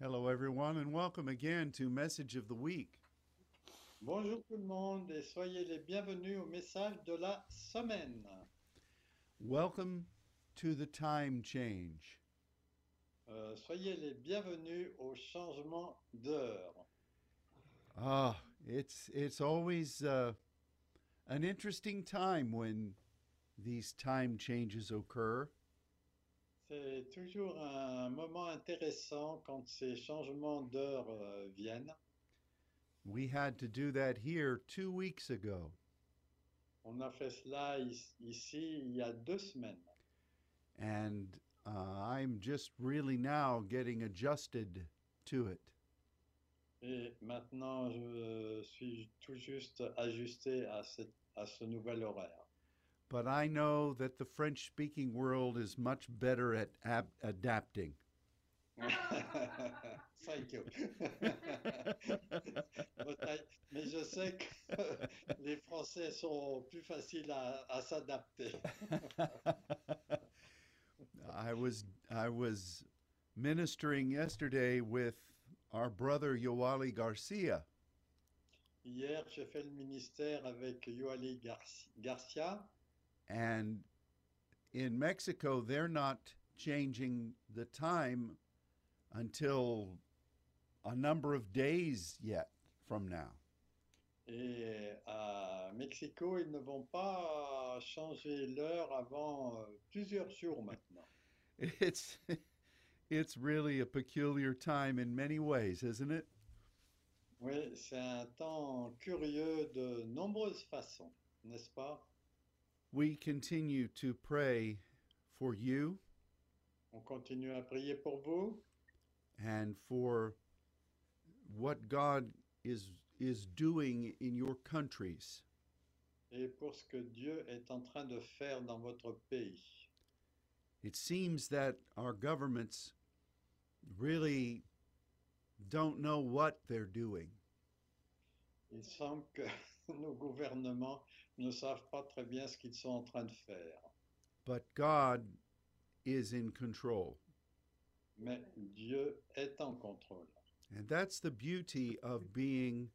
Hello, everyone, and welcome again to Message of the Week. Bonjour tout le monde et soyez les bienvenus au message de la semaine. Welcome to the time change. Euh, soyez les bienvenus au changement d'heure. Ah, it's it's always uh, an interesting time when these time changes occur. C'est toujours un moment intéressant quand ces changements d'heure euh, viennent. We had to do that here two weeks ago, On a fait cela is- ici il y a deux semaines. and uh, I'm just really now getting adjusted to it. Et maintenant, je suis tout juste ajusté à, cette- à ce nouvel horaire. But I know that the French-speaking world is much better at ab- adapting. Thank you. But I- Mais je sais que les Français sont plus faciles à, à s'adapter. I was I was ministering yesterday with our brother Yoali Garcia, Hier, j'ai fait le ministère avec Yoali Garci- Garcia. and in Mexico they're not changing the time until a number of days yet from now. Et euh, à Mexico, ils ne vont pas changer l'heure avant euh, plusieurs jours maintenant. It's it's really a peculiar time in many ways, isn't it? Oui, c'est un temps curieux de nombreuses façons, n'est-ce pas? We continue to pray for you On continue à prier pour vous. and for what God is is doing in your countries. et pour ce que Dieu est en train de faire dans votre pays. It seems that our governments really don't know what they're doing. Il semble que nos gouvernements ne savent pas très bien ce qu'ils sont en train de faire. But God is in control. Mais Dieu est en contrôle. And that's the beauty of being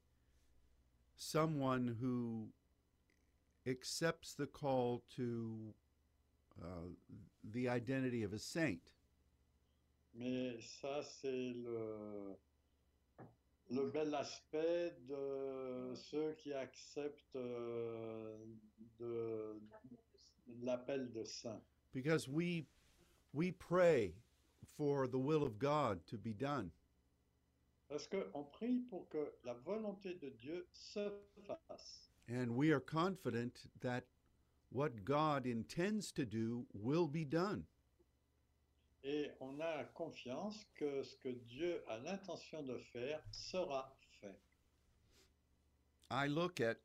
someone who accepts the call to uh, the identity of a saint. Mais ça, c'est le, le bel aspect de ceux qui acceptent euh, de, l'appel de saint. because we we pray for the will of God to be done. Parce qu'on prie pour que la volonté de Dieu se fasse. And we are confident that what God intends to do will be done. Et on a confiance que ce que Dieu a l'intention de faire sera fait. I look at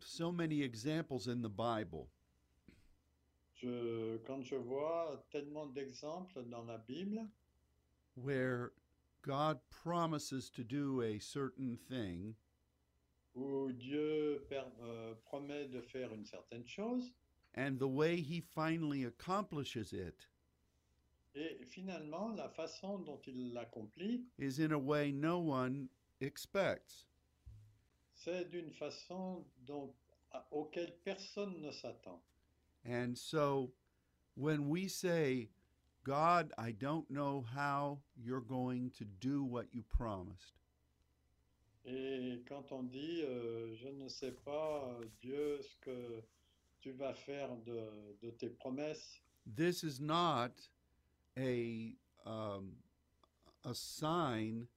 so many examples in the Bible Je, quand je vois tellement d'exemples dans la Bible where God promises to do a certain thing où Dieu per- euh, promet de faire une certaine chose and the way he finally accomplishes it et finalement la façon dont il l'accomplit, is in a way no one expects. c'est d'une façon dont, à- auquel personne ne s'attend. And so when we say, God, I don't know how you're going to do what you promised, Et quand on dit euh, je ne sais pas euh, Dieu ce que tu vas faire de- de tes promesses, this is not a, um, a sign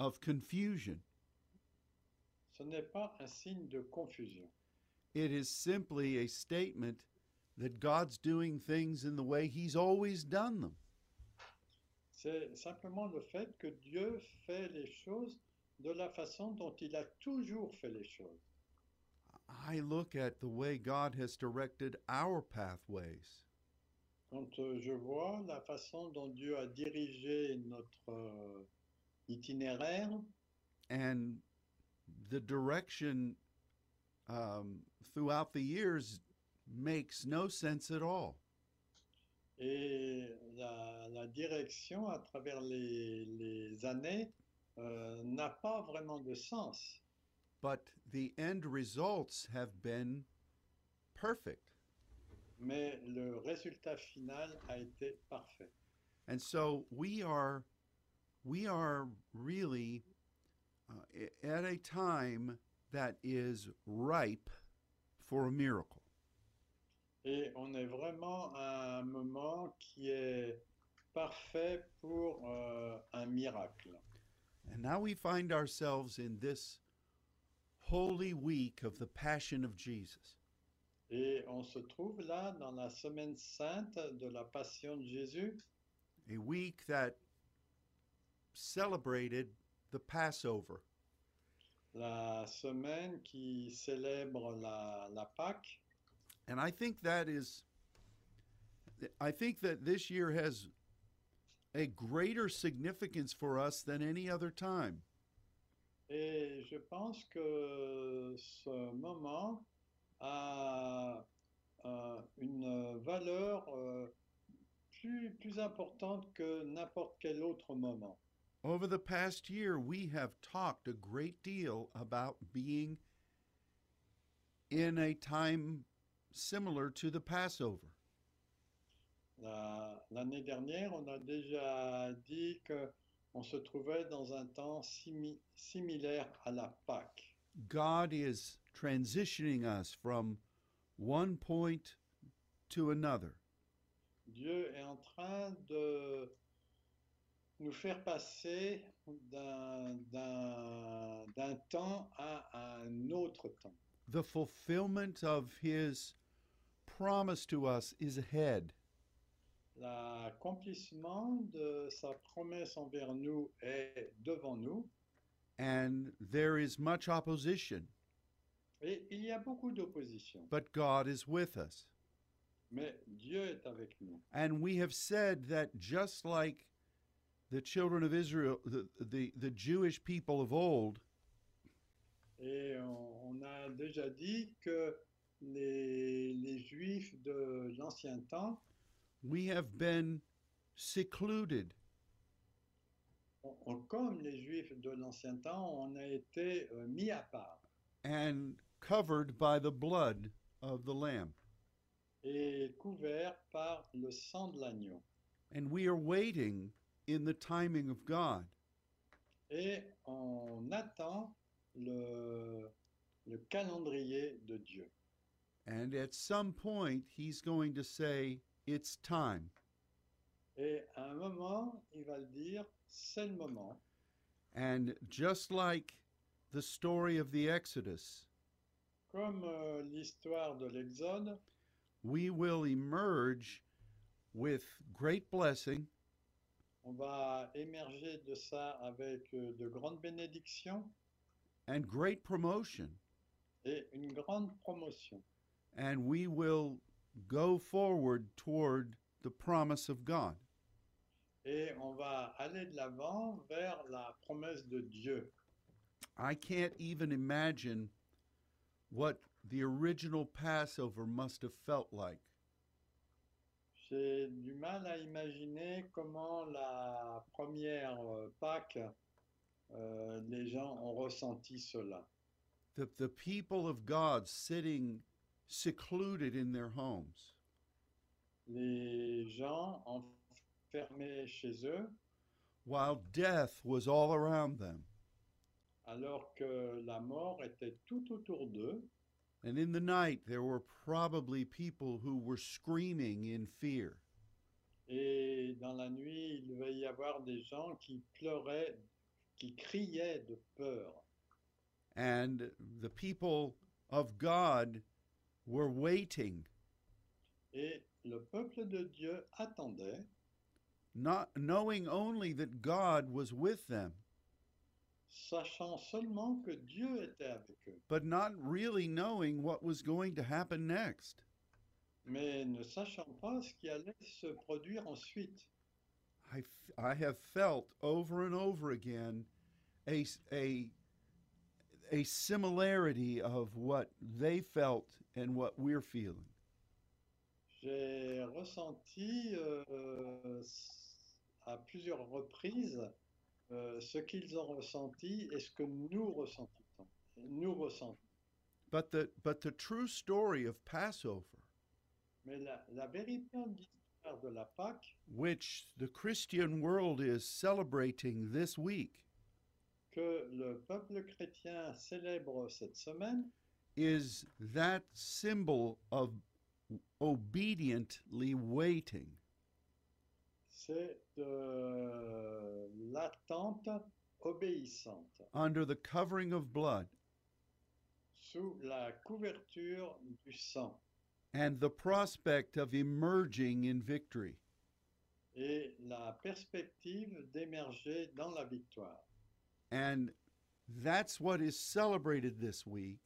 of confusion. Ce n'est pas un signe de confusion. It is simply a statement that God's doing things in the way He's always done them. C'est simplement le fait que Dieu fait les choses de la façon dont il a toujours fait les choses. I look at the way God has directed our pathways. Quand euh, je vois la façon dont Dieu a dirigé notre euh, itinéraire and the direction um, throughout the years makes no sense at all. Et la, la direction, à travers les, les années, euh, n'a pas vraiment de sens. but the end results have been perfect. Mais le résultat final a été parfait. And so we are we are really uh, i- at a time that is ripe for a miracle. Et on est vraiment à un moment qui est parfait pour euh, un miracle. And now we find ourselves in this holy week of the passion of Jesus. Et on se trouve là dans la semaine sainte de la Passion de Jésus, a week that celebrated the Passover, la semaine qui célèbre la, la Pâque. and I think that is, I think that this year has a greater significance for us than any other time. Et je pense que ce moment a euh, une valeur euh, plus, plus importante que n'importe quel autre moment. Over the past year, we have talked a great deal about being in a time similar to the Passover. La- L'année dernière, on a déjà dit que on se trouvait dans un temps simi- similaire à la Pâque. God is transitioning us from one point to another. Dieu est en train de nous faire passer d'un d'un- d'un temps à un autre temps. The fulfillment of his promise to us is ahead. L'accomplissement de sa promesse envers nous est devant nous And there is much opposition, et il y a beaucoup d'opposition, but God is with us. mais Dieu est avec nous. And we have said that just like the children of Israel, the, the, the Jewish people of old, Et on, on a déjà dit que les, les Juifs de l'ancien temps, we have been secluded. on- on- comme les Juifs de l'ancien temps, on a été euh, mis à part and covered by the blood of the Lamb. et couverts par le sang de l'agneau. And we are waiting in the timing of God. Et on attend le, le calendrier de Dieu. And at some point, He's going to say, It's time. Et à un moment, il va le dire, c'est le moment. And just like the story of the Exodus, Comme euh, l'histoire de l'Exode, we will emerge with great blessing on va émerger de ça avec euh, de grandes bénédictions. and great promotion. et une grande promotion. And we will go forward toward the promise of God. Et on va aller de l'avant vers la promesse de Dieu. I can't even imagine what the original Passover must have felt like. J'ai du mal à imaginer comment la première euh, Pâque, euh, les gens ont ressenti cela. The, the people of God sitting secluded in their homes, Les gens enfermés chez eux, while death was all around them. alors que la mort était tout autour d'eux. And in the night, there were probably people who were screaming in fear. Et dans la nuit, il devait y avoir des gens qui pleuraient, qui criaient de peur. And the people of God were waiting, Et le peuple de Dieu attendait, not knowing only that God was with them, sachant seulement que Dieu était avec eux, but not really knowing what was going to happen next. mais ne sachant pas ce qui allait se produire ensuite. I, f- I have felt over and over again a, s- a, a similarity of what they felt and what we're feeling. j'ai ressenti euh, à plusieurs reprises euh, ce qu'ils ont ressenti et ce que nous ressentons. Nous ressentons. But the, but the true story of Passover, Mais la, la véritable histoire de la Pâque which the Christian world is celebrating this week, que le peuple chrétien célèbre cette semaine, is that symbol of obediently waiting. c'est de l'attente obéissante under the covering of blood sous la couverture du sang and the prospect of emerging in victory. et la perspective d'émerger dans la victoire. And that's what is celebrated this week.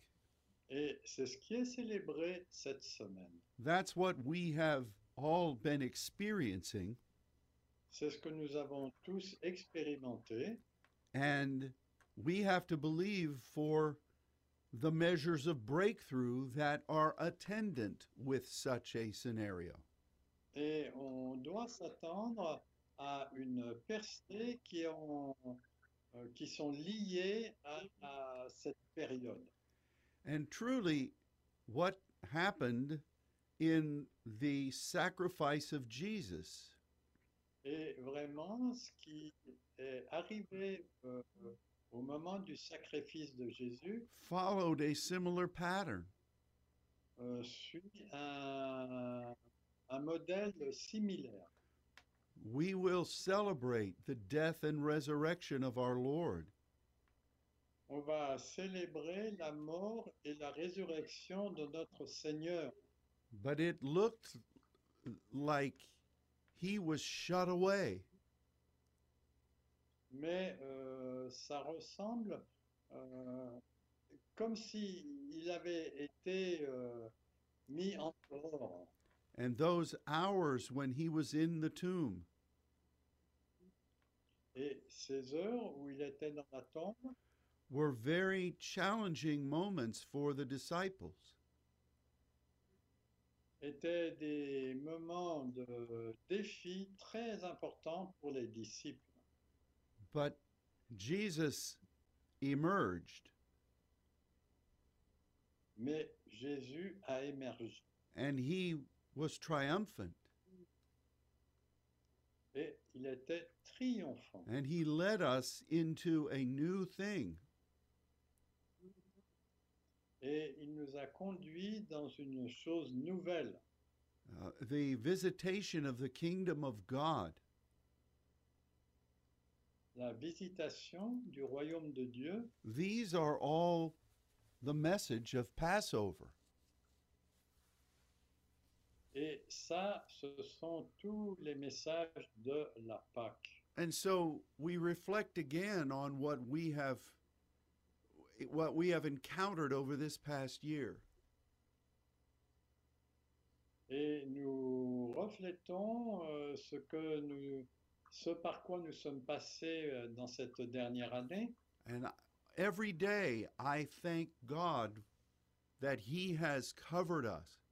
Et c'est ce qui est célébré cette semaine. That's what we have all been experiencing. C'est ce que nous avons tous expérimenté And we have to believe for the measures of breakthrough that are attendant with such a scenario. et on doit s'attendre à une percée qui, ont- euh, qui sont liées à- à cette période. And truly, what happened in the sacrifice of Jesus Et vraiment, ce qui est arrivé euh, au moment du sacrifice de Jésus followed a similar pattern. euh, suit un, un modèle similaire. We will celebrate the death and resurrection of our Lord, On va célébrer la mort et la résurrection de notre Seigneur, but it looked like he was shut away. mais euh, ça ressemble euh, comme si il avait été euh, mis en dehors. And those hours when he was in the tomb Et ces heures où il était dans la tombe, were very challenging moments for the disciples. étaient des moments de défi très importants pour les disciples. But Jesus emerged Mais Jésus a émergé and he was triumphant et il était triomphant. and he led us into a new thing. Et il nous a conduits dans une chose nouvelle, uh, the visitation of the kingdom of God. la visitation du royaume de Dieu. These are all the message of Passover. Et ça, ce sont tous les messages de la Pâque. And so we reflect again on what we have what we have encountered over this past year. Et nous reflétons euh, ce que nous, ce par quoi nous sommes passés euh, dans cette dernière année. And I- every day I thank God that he has covered us.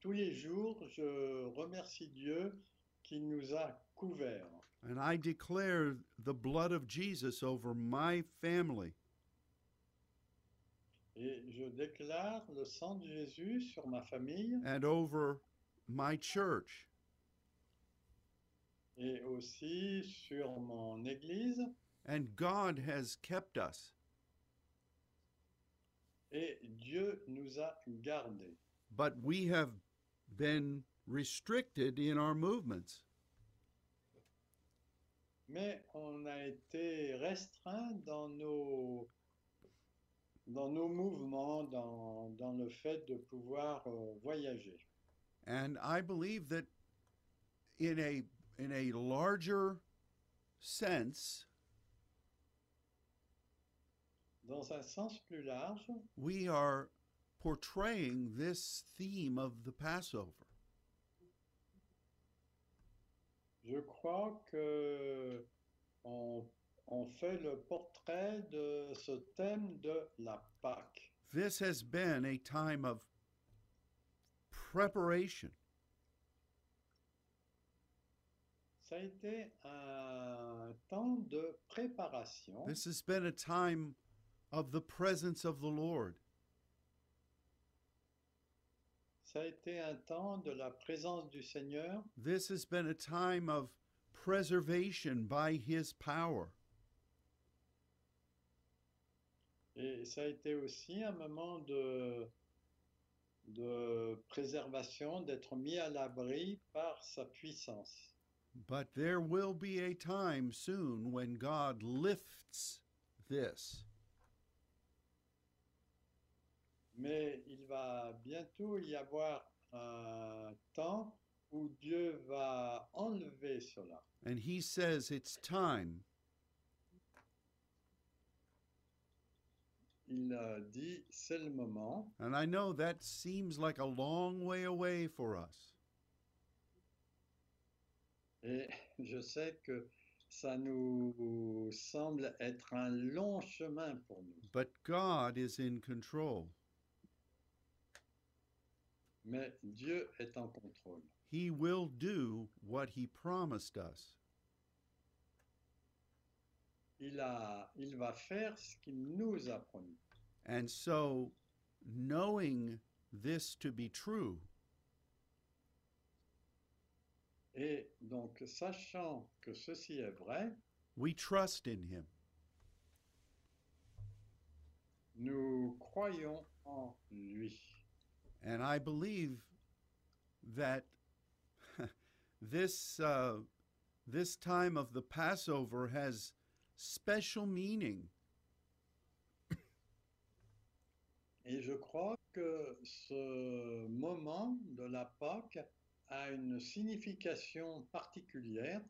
Tous les jours, je remercie Dieu qui nous a couverts. And I declare the blood of Jesus over my family, Et je déclare le sang de Jésus sur ma famille and over my church, et aussi sur mon église. and God has kept us. Et Dieu nous a gardés. but we have been restricted in our movements. Mais on a été restreint dans nos, dans nos mouvements, dans, dans le fait de pouvoir euh, voyager. And I believe that in a in a larger sense, Dans un sens plus large, we are portraying this theme of the Passover. Je crois que on, on fait le portrait de ce thème de la Pâque. This has been a time of preparation. Ça a été un temps de préparation. This has been a time of the presence of the Lord. Ça a été un temps de la présence du Seigneur. This has been a time of preservation by His power. Et ça a été aussi un moment de, de préservation, d'être mis à l'abri par sa puissance. But there will be a time soon when God lifts this. Mais il va bientôt y avoir un temps où Dieu va enlever cela. And He says it's time Il a dit, c'est le moment. And I know that seems like a long way away for us, Et je sais que ça nous semble être un long chemin pour nous. but God is in control. Mais Dieu est en contrôle. He will do what He promised us. Il, a, il va faire ce qu'il nous a promis. And so, knowing this to be true, Et donc, sachant que ceci est vrai, we trust in Him. nous croyons en lui. And I believe that this, uh, this time of the Passover has special meaning Et je crois que ce moment de la Pâque a une signification particulière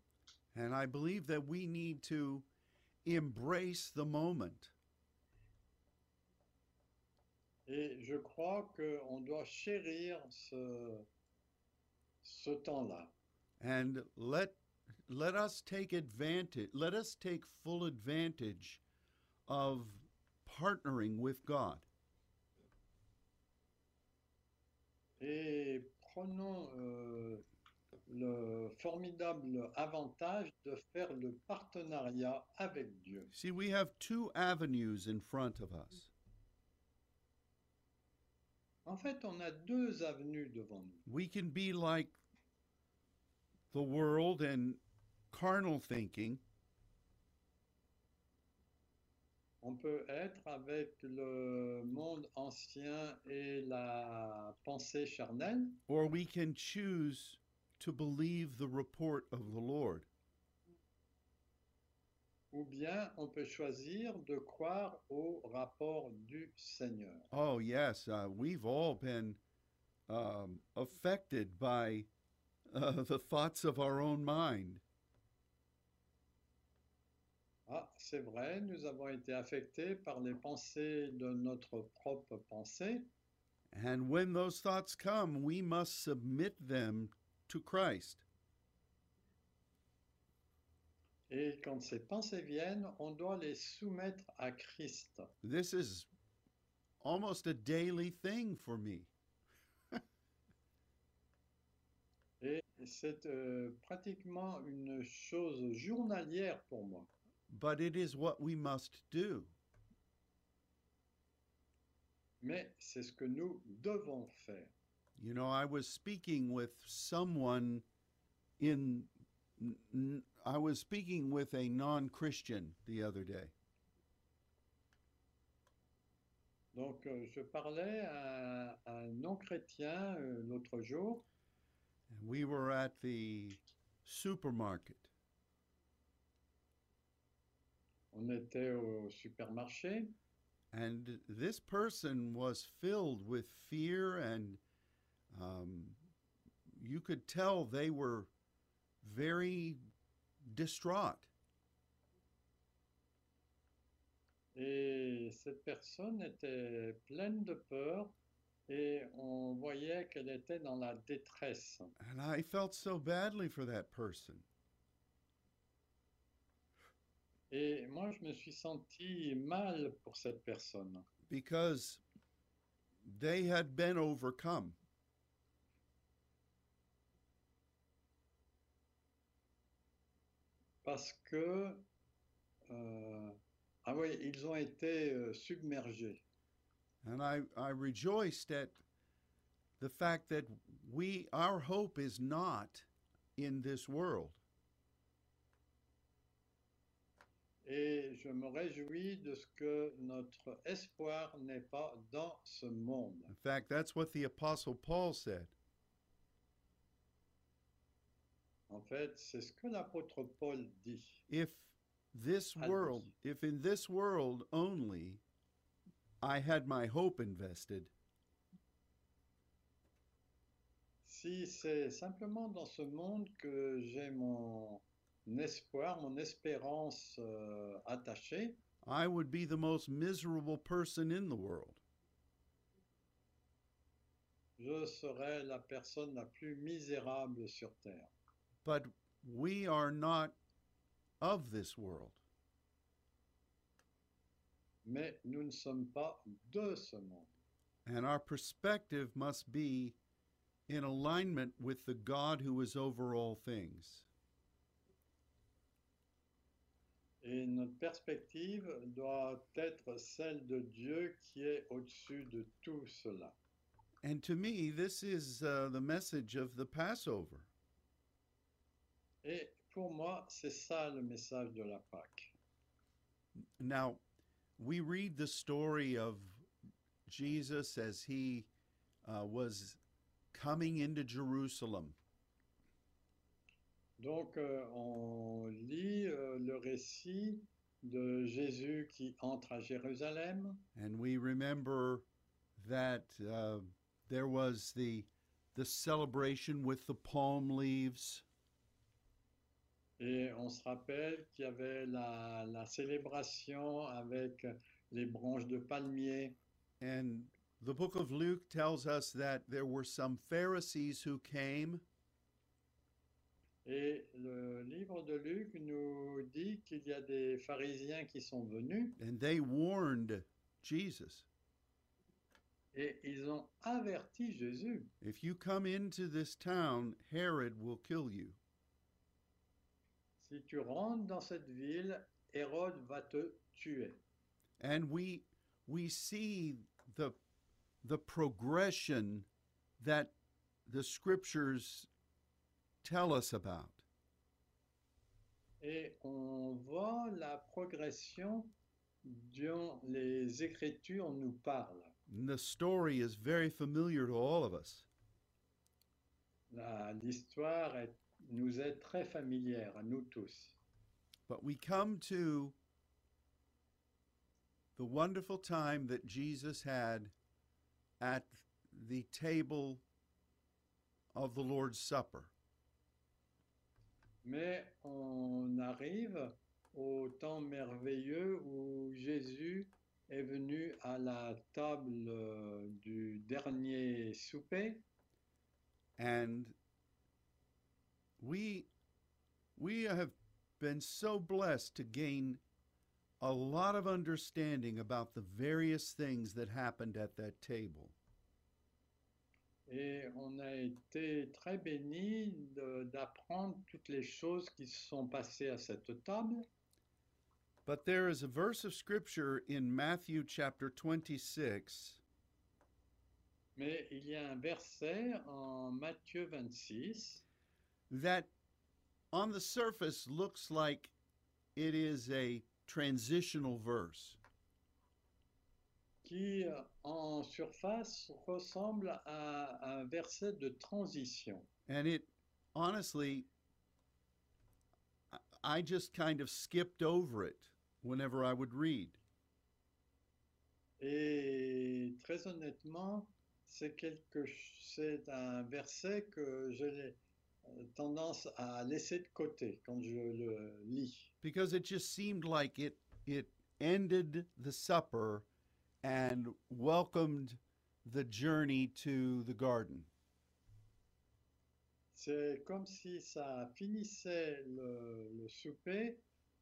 And I believe that we need to embrace the moment. Et je crois qu'on doit chérir ce, ce temps-là. And let let us take advantage let us take full advantage of partnering with God. Et prenons euh, le formidable avantage de faire le partenariat avec Dieu. See, we have two avenues in front of us. En fait, on a deux avenues devant nous. We can be like the world and carnal thinking, On peut être avec le monde ancien et la pensée charnelle, or we can choose to believe the report of the Lord. ou bien on peut choisir de croire au rapport du Seigneur. Oh, yes. Uh, we've all been um, affected by uh, the thoughts of our own mind. Ah, c'est vrai, nous avons été affectés par les pensées de notre propre pensée, And when those thoughts come, we must submit them to Christ. et quand ces pensées viennent, on doit les soumettre à Christ. This is almost a daily thing for me. Et c'est euh, pratiquement une chose journalière pour moi, But it is what we must do. mais c'est ce que nous devons faire. You know, I was speaking with someone in, n- n- I was speaking with a non Christian the other day. Donc euh, je parlais à à un non-chrétien euh, l'autre jour, And we were at the supermarket. on était au supermarché, And this person was filled with fear, and um, you could tell they were very distraught. Et cette personne était pleine de peur et on voyait qu'elle était dans la détresse. And I felt so badly for that person. Et moi, je me suis senti mal pour cette personne because they had been overcome. parce que euh, ah oui, ils ont été euh, submergés. And I, I rejoiced at the fact that we, our hope is not in this world. Et je me réjouis de ce que notre espoir n'est pas dans ce monde. In fact, that's what the Apostle Paul said. En fait, c'est ce que l'apôtre Paul dit. If this Albus. world, if in this world only I had my hope invested, Si c'est simplement dans ce monde que j'ai mon espoir, mon espérance euh, attachée, I would be the most miserable person in the world. je serai la personne la plus misérable sur terre. But we are not of this world. Mais nous ne sommes pas de ce monde. And our perspective must be in alignment with the God who is over all things. Et notre perspective doit être celle de Dieu qui est au-dessus de tout cela. And to me, this is uh, the message of the Passover. Et pour moi, c'est ça le message de la Pâque. Now, we read the story of Jesus as he uh, was coming into Jerusalem. Donc, euh, on lit euh, le récit de Jésus qui entre à Jérusalem And we remember that uh, there was the, the celebration with the palm leaves. et on se rappelle qu'il y avait la, la célébration avec les branches de palmier. And the book of Luke tells us that there were some Pharisees who came Et le livre de Luc nous dit qu'il y a des pharisiens qui sont venus and they warned Jesus et ils ont averti Jésus. if you come into this town, Herod will kill you. Si tu rentres dans cette ville, Hérode va te tuer. And we, we see the, the progression that the scriptures tell us about. Et on voit la progression dont les Écritures nous parlent. And the story is very familiar to all of us. La- L'histoire est- nous est très familière à nous tous. But we come to the wonderful time that Jesus had at the table of the Lord's Supper. Mais on arrive au temps merveilleux où Jésus est venu à la table euh, du dernier souper And we we have been so blessed to gain a lot of understanding about the various things that happened at that table. et on a été très béni de- d'apprendre toutes les choses qui se sont passées à cette table. But there is a verse of scripture in Matthew chapter 26 Mais il y a un verset en Matthieu 26 that on the surface looks like it is a transitional verse. qui, euh, en surface, ressemble à un verset de transition. And it honestly, I- I just kind of skipped over it whenever I would read. Et très honnêtement, c'est quelque, ch- c'est un verset que j'ai euh, tendance à laisser de côté quand je le lis. because it just seemed like it it ended the supper and welcomed the journey to the garden. C'est comme si ça finissait le, le souper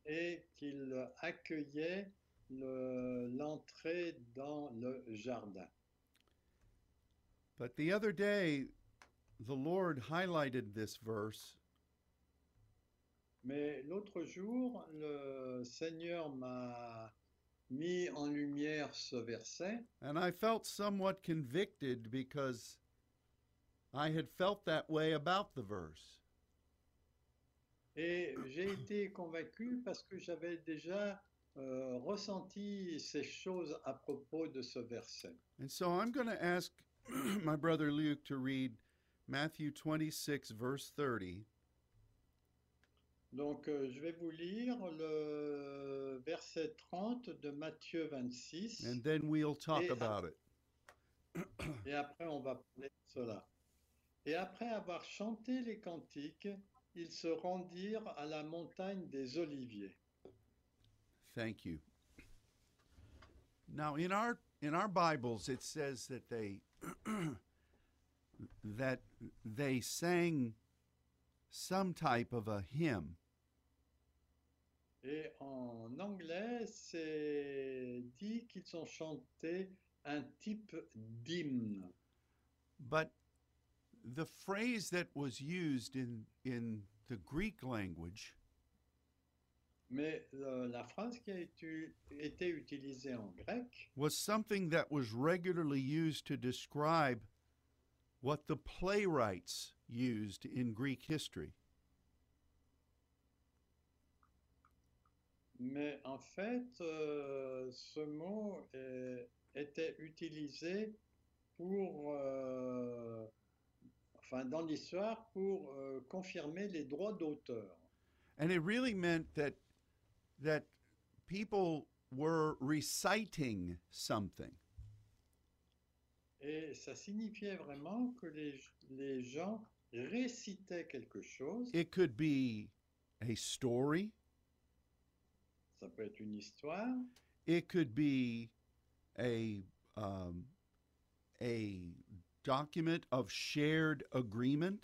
et qu'il accueillait le- l'entrée dans le jardin. But the other day the Lord highlighted this verse Mais l'autre jour, le Seigneur m'a mis en lumière ce verset And I felt somewhat convicted because I had felt that way about the verse. et j'ai été convaincu parce que j'avais déjà euh, ressenti ces choses à propos de ce verset. And so I'm going to ask my brother Luke to read Matthew 26, verse 30, Donc euh, je vais vous lire le verset 30 de Matthieu 26 and then we'll talk Yeah. about it. et après on va parler de cela. Et après avoir chanté les cantiques, ils se rendirent à la montagne des Oliviers. Thank you. Now in our in our Bibles it says that they that they sang some type of a hymn. Et en anglais, c'est dit qu'ils ont chanté un type d'hymne. But the phrase that was used in in the Greek language Mais euh, la phrase qui a été, été utilisée en grec, was something that was regularly used to describe what the playwrights used in Greek history. mais en fait, euh, ce mot euh, était utilisé pour, euh, enfin, dans l'histoire, pour euh, confirmer les droits d'auteur. And it really meant that that people were reciting something. Et ça signifiait vraiment que les, les gens récitaient quelque chose. It could be a story, Ça peut être une histoire, it could be a um, a document of shared agreement.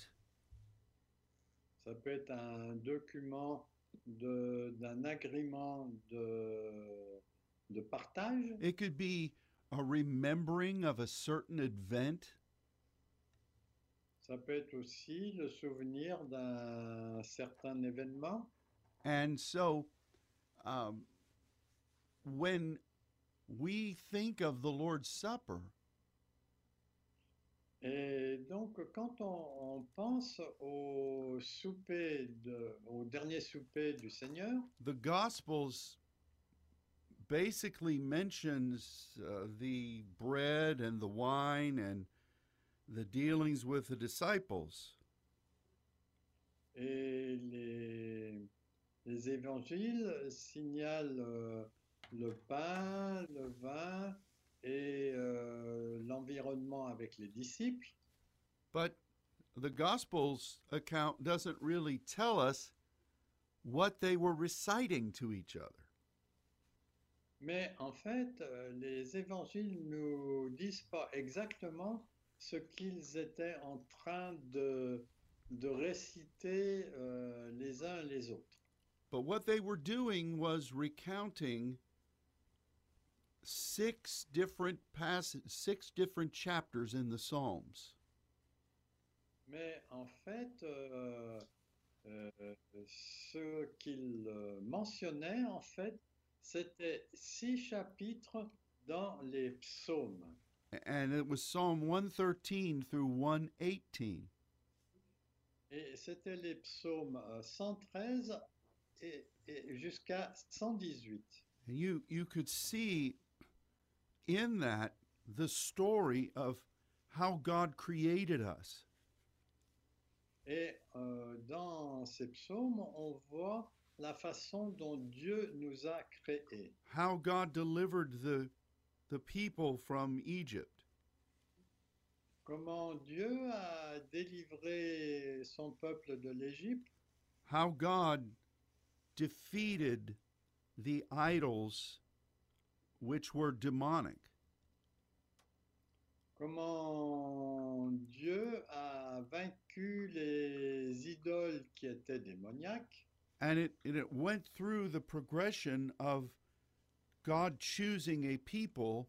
ça peut être un document de- d'un agrément de, de partage, It could be a remembering of a certain event. ça peut être aussi le souvenir d'un certain événement. And so um, when we think of the Lord's Supper, Et donc, quand on, on pense au souper, de- au dernier souper du Seigneur, the Gospels basically mentions uh, the bread and the wine and the dealings with the disciples. Et les, les évangiles signalent euh, le pain, le vin et euh, l'environnement avec les disciples. But the Gospels account doesn't really tell us what they were reciting to each other. Mais en fait, euh, les évangiles nous disent pas exactement ce qu'ils étaient en train de, de réciter euh, les uns les autres. But what they were doing was recounting six different passages, six different chapters in the Psalms. Mais en fait, euh, euh, ce qu'il euh, mentionnait, en fait, c'était six chapitres dans les psaumes. And it was Psalm 113 through 118. Et c'était les psaumes euh, 113 et, et jusqu'à 118. And you, you could see in that the story of how God created us. Et euh, dans ces psaumes, on voit la façon dont Dieu nous a créés. how God delivered the the people from Egypt, Comment Dieu a délivré son peuple de l'Égypte. how God defeated the idols which were demonic. Comment Dieu a vaincu les idoles qui étaient démoniaques And it and it went through the progression of God choosing a people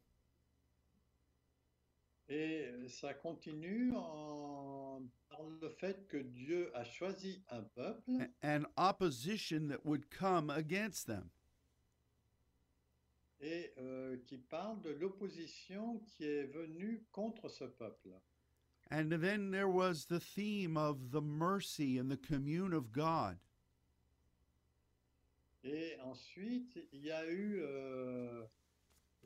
Et ça continue en, par le fait que Dieu a choisi un peuple a- and opposition that would come against them. et euh, qui parle de l'opposition qui est venue contre ce peuple. And then there was the theme of the mercy and the commune of God. Et ensuite, il y a eu euh,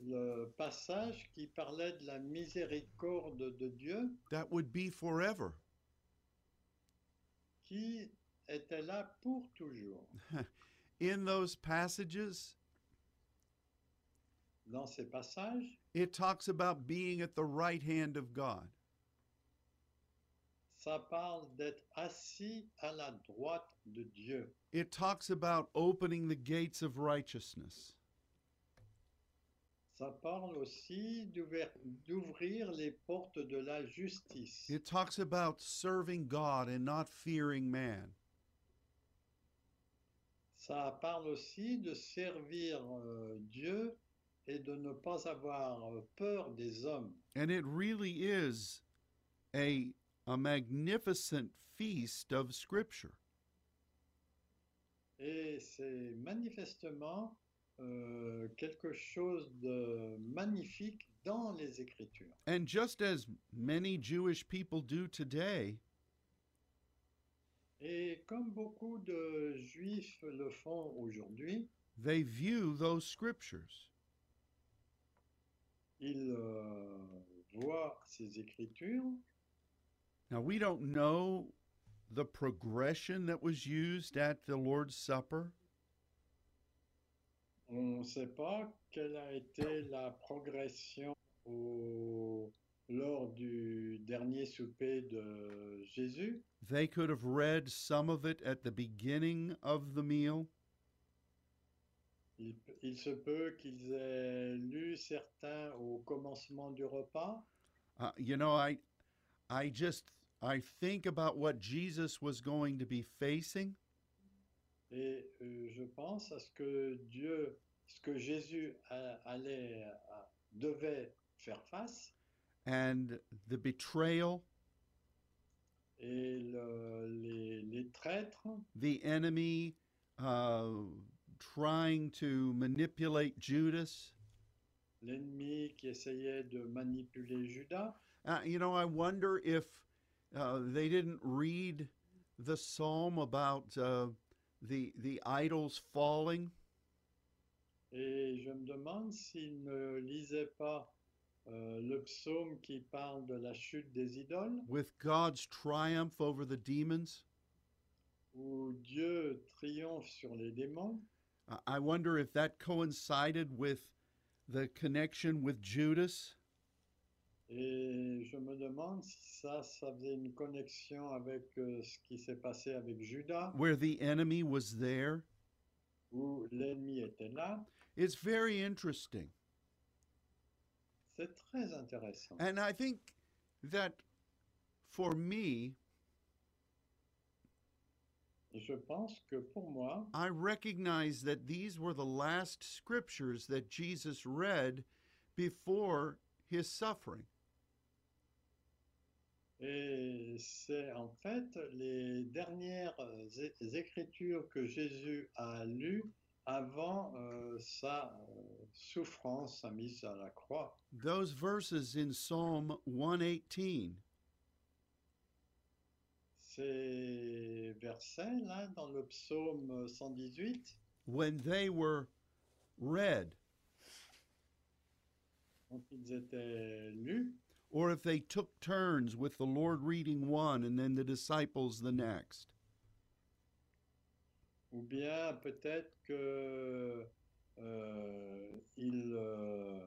le passage qui parlait de la miséricorde de Dieu that would be forever. qui était là pour toujours. In those passages, Dans ces passages, it talks about being at the right hand of God. ça parle d'être assis à la droite de Dieu. It talks about opening the gates of righteousness. Ça parle aussi d'ouvert- d'ouvrir les portes de la justice. It talks about serving God and not fearing man. Ça parle aussi de servir euh, Dieu et de ne pas avoir euh, peur des hommes. And it really is a, a magnificent feast of Scripture. Et c'est manifestement euh, quelque chose de magnifique dans les Écritures. And just as many Jewish people do today, Et comme beaucoup de Juifs le font aujourd'hui, they view those Scriptures. ils euh, voient ces Écritures. Now, we don't know the progression that was used at the Lord's Supper, On ne sait pas quelle a été la progression au- lors du dernier souper de Jésus. They could have read some of it at the beginning of the meal. Il, il se peut qu'ils aient lu certains au commencement du repas. Uh, you know, I, I just I think about what Jesus was going to be facing, Et euh, je pense à ce que Dieu, ce que Jésus a- allait, a- devait faire face and the betrayal, et le- les, les traîtres, the enemy uh, trying to manipulate Judas. l'ennemi qui essayait de manipuler Judas. Uh, you know, I wonder if uh, they didn't read the psalm about uh, the the idols falling. Et je me demande s'il ne lisait pas euh, le psaume qui parle de la chute des idoles, With God's triumph over the demons, où Dieu triomphe sur les démons. I- I wonder if that coincided with the connection with Judas. Et je me demande si ça, ça faisait une connexion avec euh, ce qui s'est passé avec Judas. where the enemy was there. où l'ennemi était là, It's very interesting. c'est très intéressant. And I think that for me, Et je pense que pour moi, I recognize that these were the last scriptures that Jesus read before his suffering. et c'est en fait les dernières euh, é- écritures que Jésus a lues avant euh, sa euh, souffrance, sa mise à la croix. Those verses in Psalm 118 Ces versets là dans le psaume 118, when they were read quand ils étaient lus, or if they took turns with the Lord reading one and then the disciples the next. Ou bien peut-être que euh, il, euh,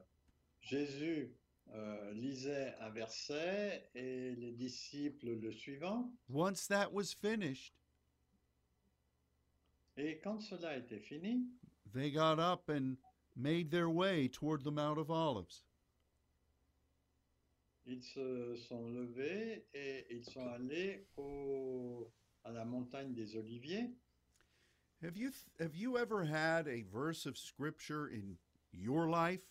Jésus euh, lisait un verset et les disciples le suivant. Once that was finished, Et quand cela était fini, They got up and made their way toward the Mount of Olives. ils se sont levés et ils sont allés au- à la montagne des Oliviers. Have you have you ever had a verse of scripture in your life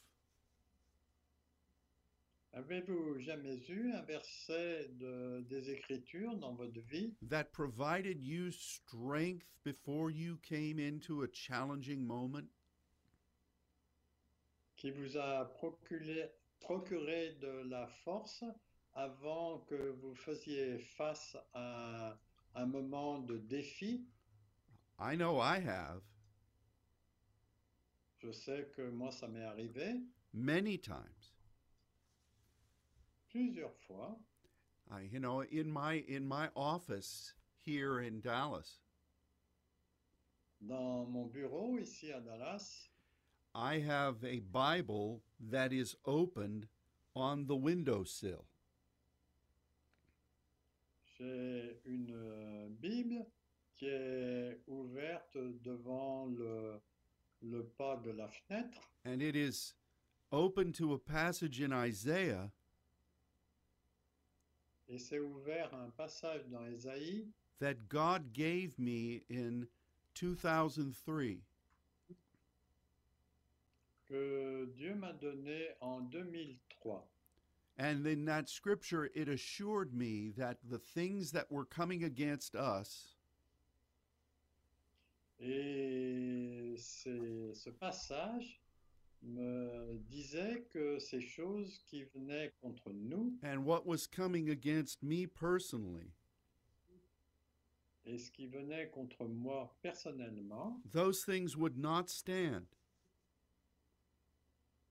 Avez-vous jamais eu un verset de- des Écritures dans votre vie that provided you strength before you came into a challenging moment? qui vous a procuré, procuré de la force avant que vous fassiez face à un moment de défi I know I have Je sais que moi, ça m'est arrivé many times. plusieurs fois. I, you know, in my in my office here in Dallas, Dans mon bureau ici à Dallas, I have a Bible that is opened on the windowsill. j'ai une euh, Bible qui est ouverte devant le, le pas de la fenêtre And it is open to a passage in Isaiah et c'est ouvert à un passage dans Ésaïe that God gave me in 2003. que Dieu m'a donné en 2003. And in that scripture, it assured me that the things that were coming against us Et c'est- ce passage me disait que ces choses qui venaient contre nous and what was coming against me personally, et ce qui venait contre moi personnellement, those things would not stand.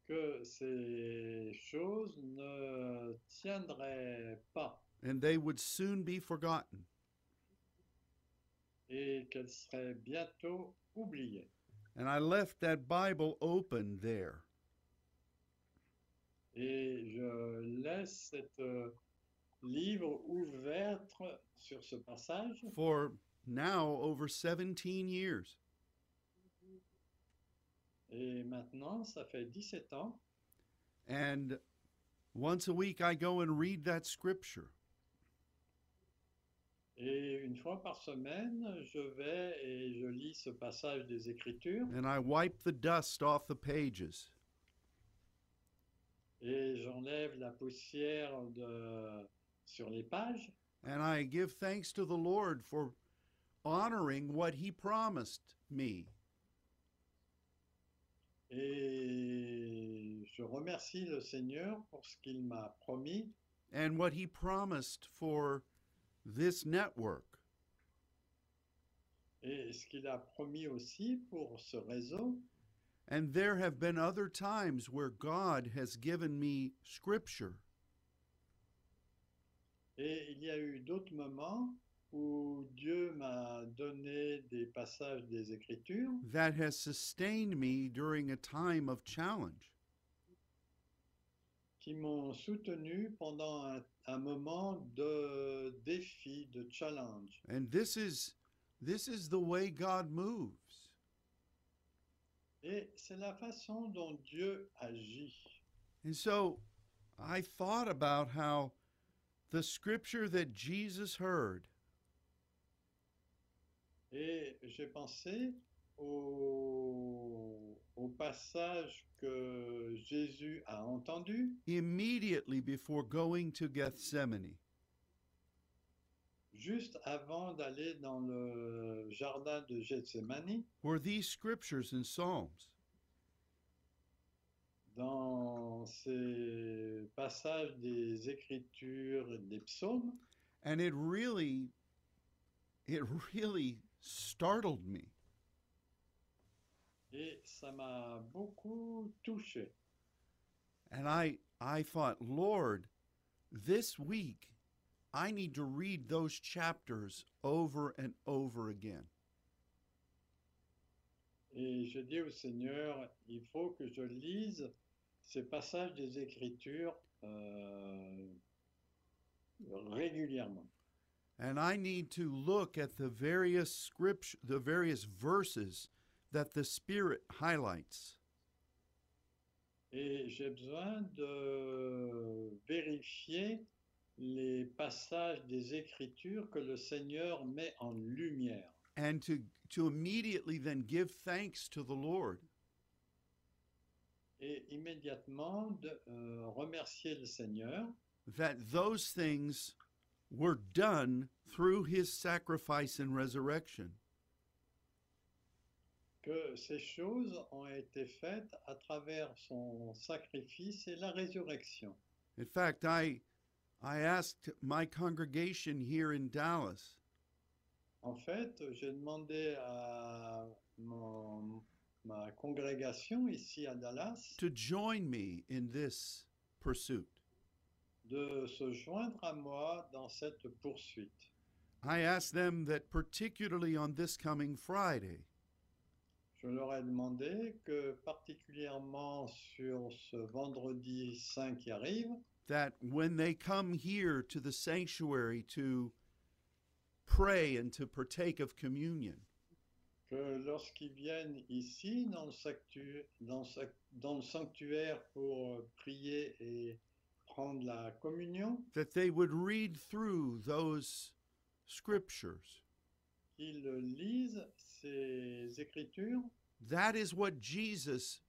que ces choses ne tiendraient pas and they would soon be forgotten. et qu'elles seraient bientôt oubliées. And I left that Bible open there. Et je laisse cette euh, livre ouverte sur ce passage for now over 17 years. et maintenant, ça fait 17 ans And once a week, I go and read that scripture. Et une fois par semaine, je vais et je lis ce passage des Écritures And I wipe the dust off the pages. et j'enlève la poussière de, sur les pages And I give thanks to the Lord for honoring what He promised me. et je remercie le Seigneur pour ce qu'il m'a promis And what he promised for this network et ce qu'il a promis aussi pour ce réseau. And there have been other times where God has given me scripture Et il y a eu d'autres moments où Dieu m'a donné des passages des Écritures that has sustained me during a time of challenge. qui m'ont soutenu pendant un, un moment de défi, de challenge. And this is this is the way God moves. Et c'est la façon dont Dieu agit. And so I thought about how the scripture that Jesus heard Et j'ai pensé au, au passage que Jésus a entendu immediately before going to Gethsemane. juste avant d'aller dans le jardin de Gethsemane, were these scriptures and Psalms. dans ces passages des Écritures et des psaumes. And it really it really startled me Et ça m'a beaucoup touché. And I I thought, Lord, this week I need to read those chapters over and over again. Et je dis au Seigneur, il faut que je lise ces passages des Écritures euh, régulièrement. And I need to look at the various scripture the various verses that the Spirit highlights. Et j'ai besoin de vérifier les passages des Écritures que le Seigneur met en lumière And to to immediately then give thanks to the Lord et immédiatement de, euh, remercier le Seigneur that those things were done through his sacrifice and resurrection. que ces choses ont été faites à travers son sacrifice et la résurrection. In fact, I I asked my congregation here in Dallas, En fait, j'ai demandé à mon- ma congrégation ici à Dallas to join me in this pursuit. de se joindre à moi dans cette poursuite. I asked them that particularly on this coming Friday, Je leur ai demandé que particulièrement sur ce vendredi 5 qui arrive, that when they come here to the sanctuary to pray and to partake of communion, que lorsqu'ils viennent ici dans le, sanctu- dans le sac- dans le sanctuaire pour euh, prier et prendre la communion, that they would read through those scriptures. qu'ils lisent ces écritures. That is what Jesus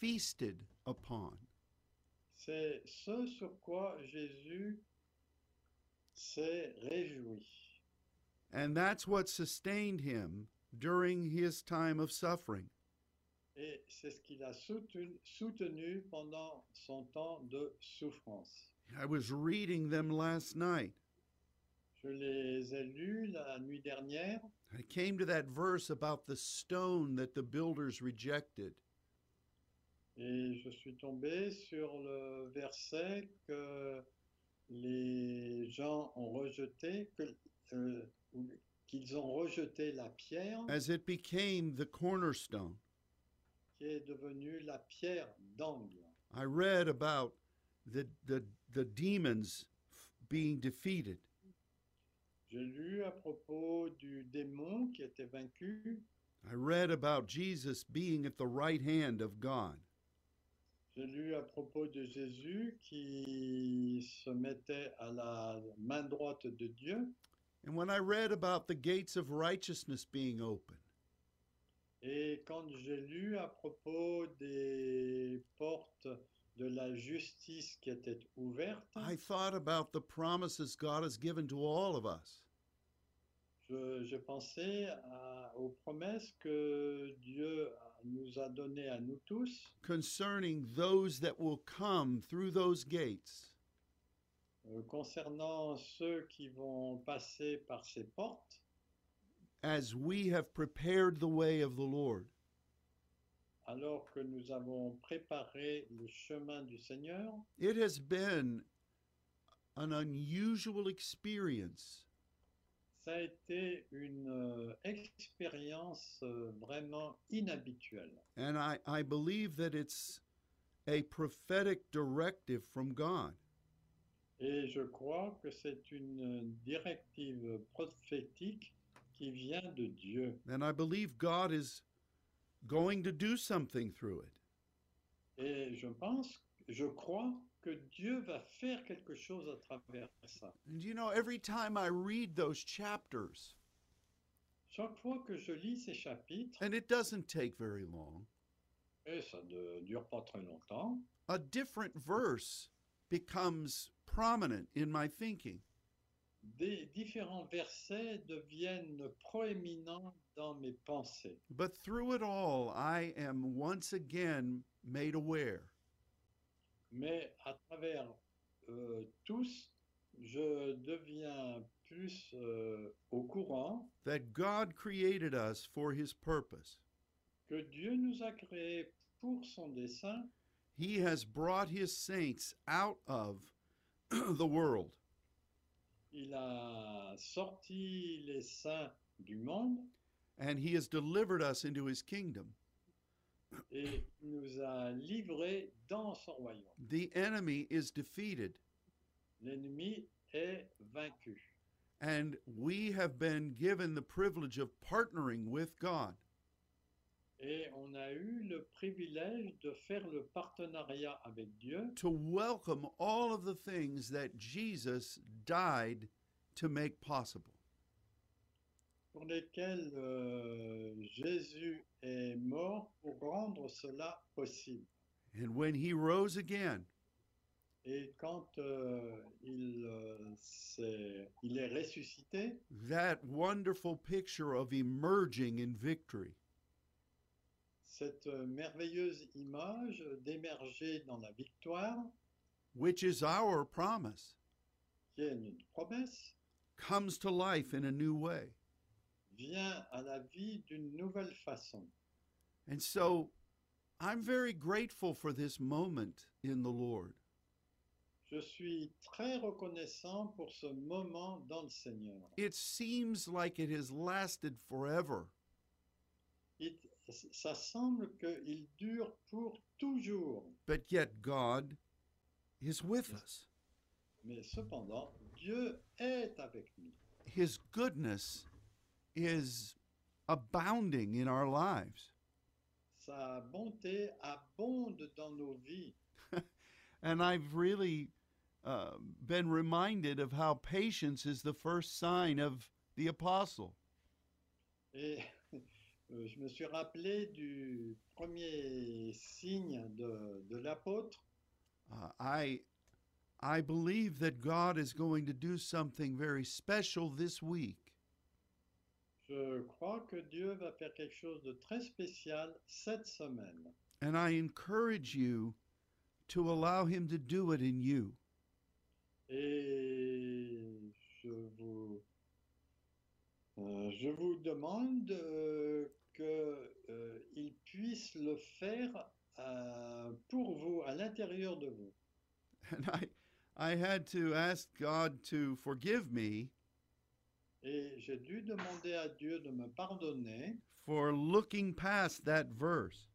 feasted upon. C'est ce sur quoi Jésus s'est réjoui. And that's what sustained him during his time of suffering. Et c'est ce qu'il a soutenu, soutenu pendant son temps de souffrance. I was reading them last night. Je les ai lus la nuit dernière I came to that verse about the stone that the builders rejected. et je suis tombé sur le verset que les gens ont rejeté, que- euh, qu'ils ont rejeté la pierre As it became the cornerstone, qui est devenue la pierre d'angle. I read about the, the, the demons being defeated. J'ai lu à propos du démon qui était vaincu. I read about Jesus being at the right hand of God. J'ai lu à propos de Jésus qui se mettait à la main droite de Dieu. And when I read about the gates of righteousness being open, Et quand j'ai lu à propos des portes de la justice qui étaient ouvertes, I thought about the promises God has given to all of us. je, je pensais à- aux promesses que Dieu nous a données à nous tous concerning those that will come through those gates. euh, concernant ceux qui vont passer par ces portes. As we have prepared the way of the Lord, alors que nous avons préparé le chemin du Seigneur, it has been an unusual experience ça a été une euh, expérience euh, vraiment inhabituelle. and I, I believe that it's a prophetic directive from God. Et je crois que c'est une directive prophétique qui vient de Dieu. And I believe God is going to do something through it. Et je pense, je crois que Dieu va faire quelque chose à travers ça. And you know, every time I read those chapters, Chaque fois que je lis ces chapitres, and it doesn't take very long, et ça ne dure pas très longtemps, a different verse becomes prominent in my thinking. des différents versets deviennent proéminents dans mes pensées. But through it all, I am once again made aware Mais à travers euh, tous, je deviens plus euh, au courant that God created us for his purpose. que Dieu nous a créés pour son dessein. He has brought his saints out of the world Il a sorti les saints du monde and he has delivered us into his kingdom. et il nous a livrés dans son royaume. The enemy is defeated L'ennemi est vaincu. and we have been given the privilege of partnering with God. Et on a eu le privilège de faire le partenariat avec Dieu to welcome all of the things that Jesus died to make possible. pour lesquels euh, Jésus est mort pour rendre cela possible. And when he rose again, Et quand euh, il, euh, s'est- il est ressuscité, that wonderful picture of emerging in victory cette merveilleuse image d'émerger dans la victoire, which is our promise, qui est une promesse, comes to life in a new way. vient à la vie d'une nouvelle façon. And so I'm very grateful for this moment in the Lord. Je suis très reconnaissant pour ce moment dans le Seigneur. It seems like it has lasted forever, Il- ça semble qu'il dure pour toujours, but yet God is with us. mais cependant, Dieu est avec nous. His goodness is abounding in our lives. Sa bonté abonde dans nos vies. And I've really uh, been reminded of how patience is the first sign of the apostle. Et euh, je me suis rappelé du premier signe de, de l'apôtre. Uh, I, I believe that God is going to do something very special this week. Je crois que Dieu va faire quelque chose de très spécial cette semaine. And I encourage you to allow Him to do it in you. Et je vous, euh, je vous demande euh, que euh, il puisse le faire euh, pour vous, à l'intérieur de vous. And I, I had to ask God to forgive me Et j'ai dû demander à Dieu de me pardonner for looking past that verse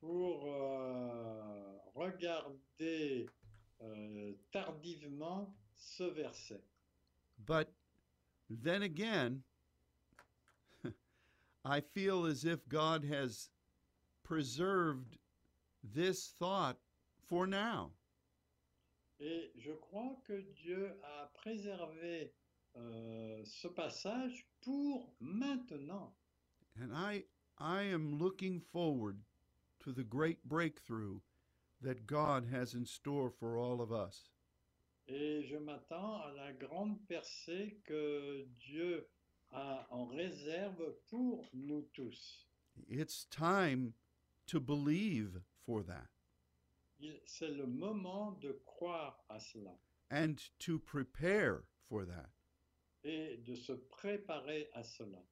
pour euh, regarder euh, tardivement ce verset. But then again, I feel as if God has preserved this thought for now. Et je crois que Dieu a préservé euh, ce passage pour maintenant. And I I am looking forward to the great breakthrough that God has in store for all of us. Et je m'attends à la grande percée que Dieu a en réserve pour nous tous. It's time to believe for that Il- C'est le moment de croire à cela and to prepare for that. et de se préparer à cela.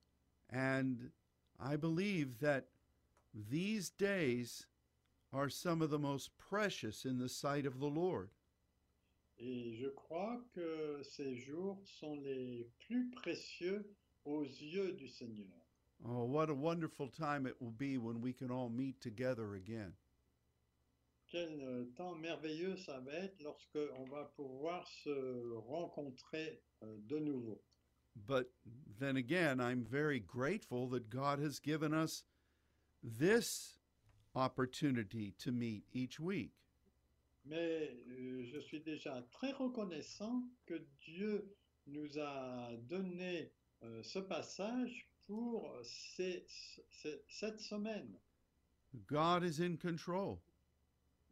And I believe that these days are some of the most precious in the sight of the Lord. Et je crois que ces jours sont les plus précieux aux yeux du Seigneur. Oh, what a wonderful time it will be when we can all meet together again. Quel euh, temps merveilleux ça va être lorsque on va pouvoir se rencontrer euh, de nouveau. But then again, I'm very grateful that God has given us this opportunity to meet each week. Mais euh, je suis déjà très reconnaissant que Dieu nous a donné euh, ce passage pour ces- ces- cette semaine. God is in control,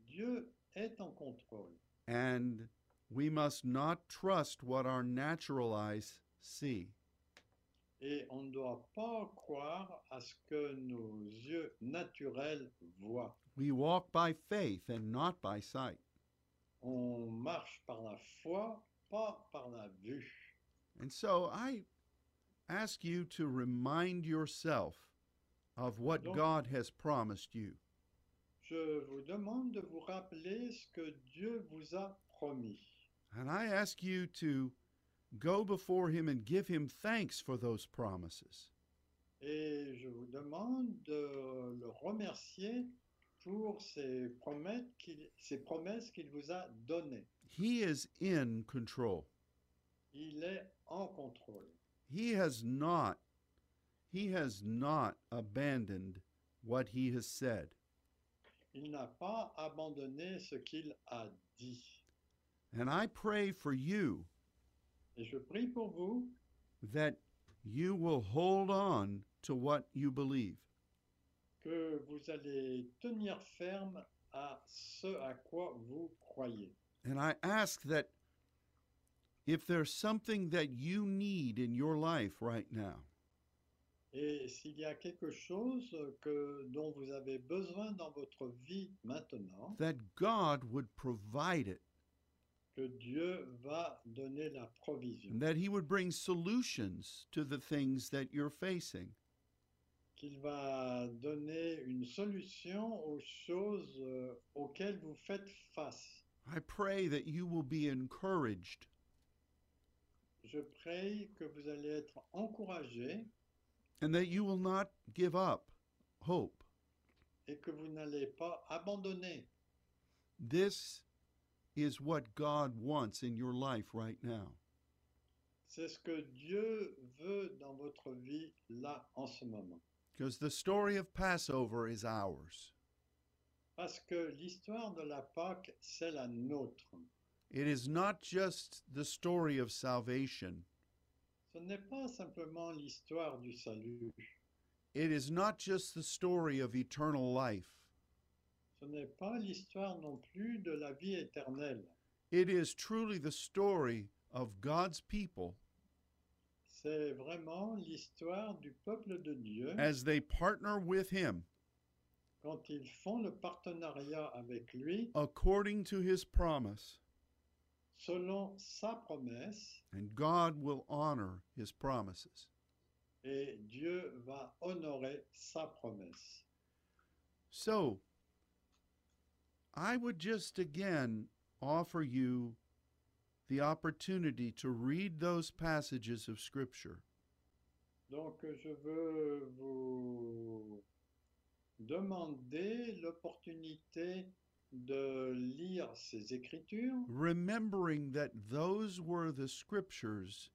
Dieu est en contrôle and we must not trust what our natural eyes see. et on ne doit pas croire à ce que nos yeux naturels voient. We walk by faith and not by sight. On marche par la foi, pas par la vue. And so I ask you to remind yourself of what Don't- God has promised you. Je vous demande de vous rappeler ce que Dieu vous a promis. And I ask you to go before Him and give Him thanks for those promises. Et je vous demande de le remercier pour ces promesses qu'il, ces promesses qu'il vous a données. He is in control. Il est en contrôle. He has not he has not abandoned what he has said. Il n'a pas abandonné ce qu'il a dit. And I pray for you Et je prie pour vous that you will hold on to what you believe. que vous allez tenir ferme à ce à quoi vous croyez. And I ask that if there's something that you need in your life right now, Et s'il y a quelque chose que, dont vous avez besoin dans votre vie maintenant, that God would provide it que Dieu va donner la provision, and that He would bring solutions to the things that you're facing. qu'il va donner une solution aux choses euh, auxquelles vous faites face. I pray that you will be encouraged Je prie que vous allez être encouragés and that you will not give up hope. et que vous n'allez pas abandonner. This is what God wants in your life right now. C'est ce que Dieu veut dans votre vie là en ce moment. Because the story of Passover is ours. Parce que l'histoire de la Pâque, c'est la nôtre. It is not just the story of salvation, Ce n'est pas simplement l'histoire du salut. it is not just the story of eternal life. Ce n'est pas l'histoire non plus de la vie éternelle. It is truly the story of God's people C'est vraiment l'histoire du peuple de Dieu as they partner with Him quand ils font le partenariat avec lui according to His promise. selon sa promesse And God will honor His promises. et Dieu va honorer sa promesse. So, I would just again offer you the opportunity to read those passages of Scripture Donc je veux vous demander l'opportunité de lire ces écritures remembering that those were the scriptures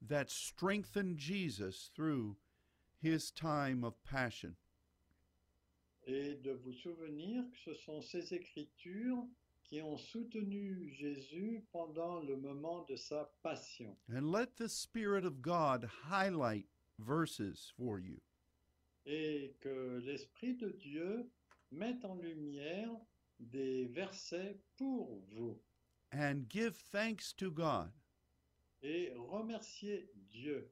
that strengthened Jesus through his time of passion. et de vous souvenir que ce sont ces écritures qui ont soutenu Jésus pendant le moment de sa passion. And let the Spirit of God highlight verses for you. et que l'Esprit de Dieu mette en lumière des versets pour vous And give thanks to God et remerciez Dieu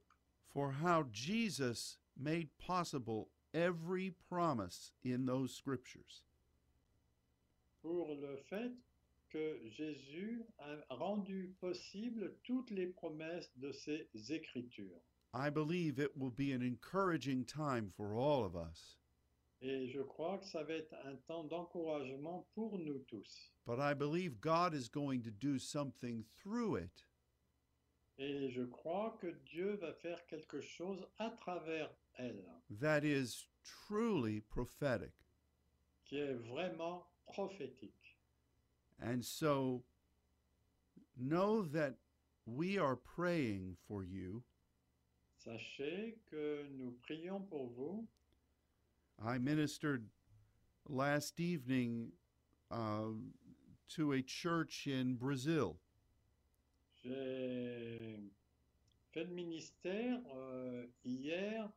for how Jesus made possible every promise in those scriptures. pour le fait que Jésus a rendu possible toutes les promesses de ces Écritures. I believe it will be an encouraging time for all of us, Et je crois que ça va être un temps d'encouragement pour nous tous. but I believe God is going to do something through it Et je crois que Dieu va faire quelque chose à travers elle, that is truly prophetic. qui est vraiment prophétique. And so know that we are praying for you. Sachez que nous prions pour vous. I ministered last evening uh, to a church in Brazil, J'ai fait le ministère euh, hier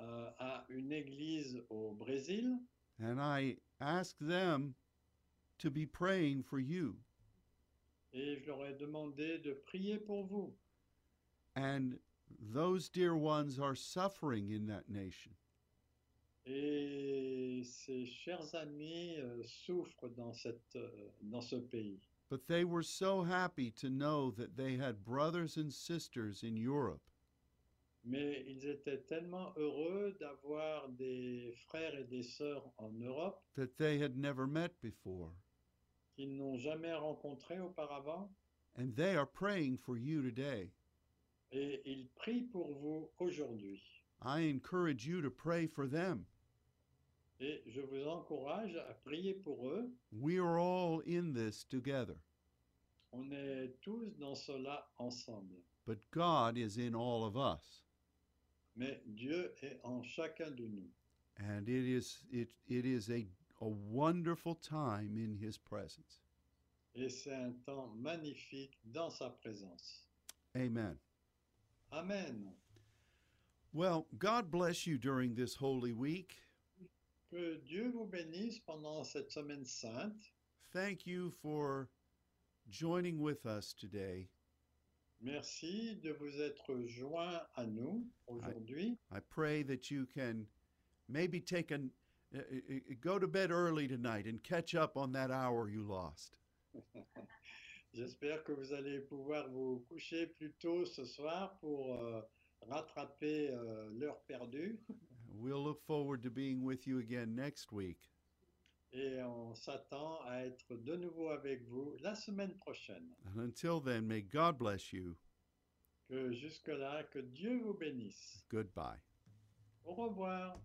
euh, à une église au Brésil and I asked them to be praying for you. et je leur ai demandé de prier pour vous. And those dear ones are suffering in that nation. Et ces chers amis euh, souffrent dans, cette, euh, dans ce pays. But they were so happy to know that they had brothers and sisters in Europe Mais ils étaient tellement heureux d'avoir des frères et des sœurs en Europe that they had never met before. qu'ils n'ont jamais rencontrés auparavant And they are praying for you today. et ils prient pour vous aujourd'hui. I encourage you to pray for them. Et je vous encourage à prier pour eux. We are all in this together, On est tous dans cela ensemble. but God is in all of us. Mais Dieu est en chacun de nous. And it is, it, it is a, a wonderful time in His presence. Et c'est un temps magnifique dans sa présence. Amen. Amen. Well, God bless you during this holy week. Que Dieu vous bénisse pendant cette semaine sainte. Thank you for joining with us today. Merci de vous être joint à nous aujourd'hui. I pray that you can maybe take an uh, uh, go to bed early tonight and catch up on that hour you lost. J'espère que vous allez pouvoir vous coucher plus tôt ce soir pour euh, rattraper euh, l'heure perdue. We'll look forward to being with you again next week. Et on s'attend à être de nouveau avec vous la semaine prochaine. And until then, may God bless you. Que jusque-là, que Dieu vous bénisse. Goodbye. Au revoir.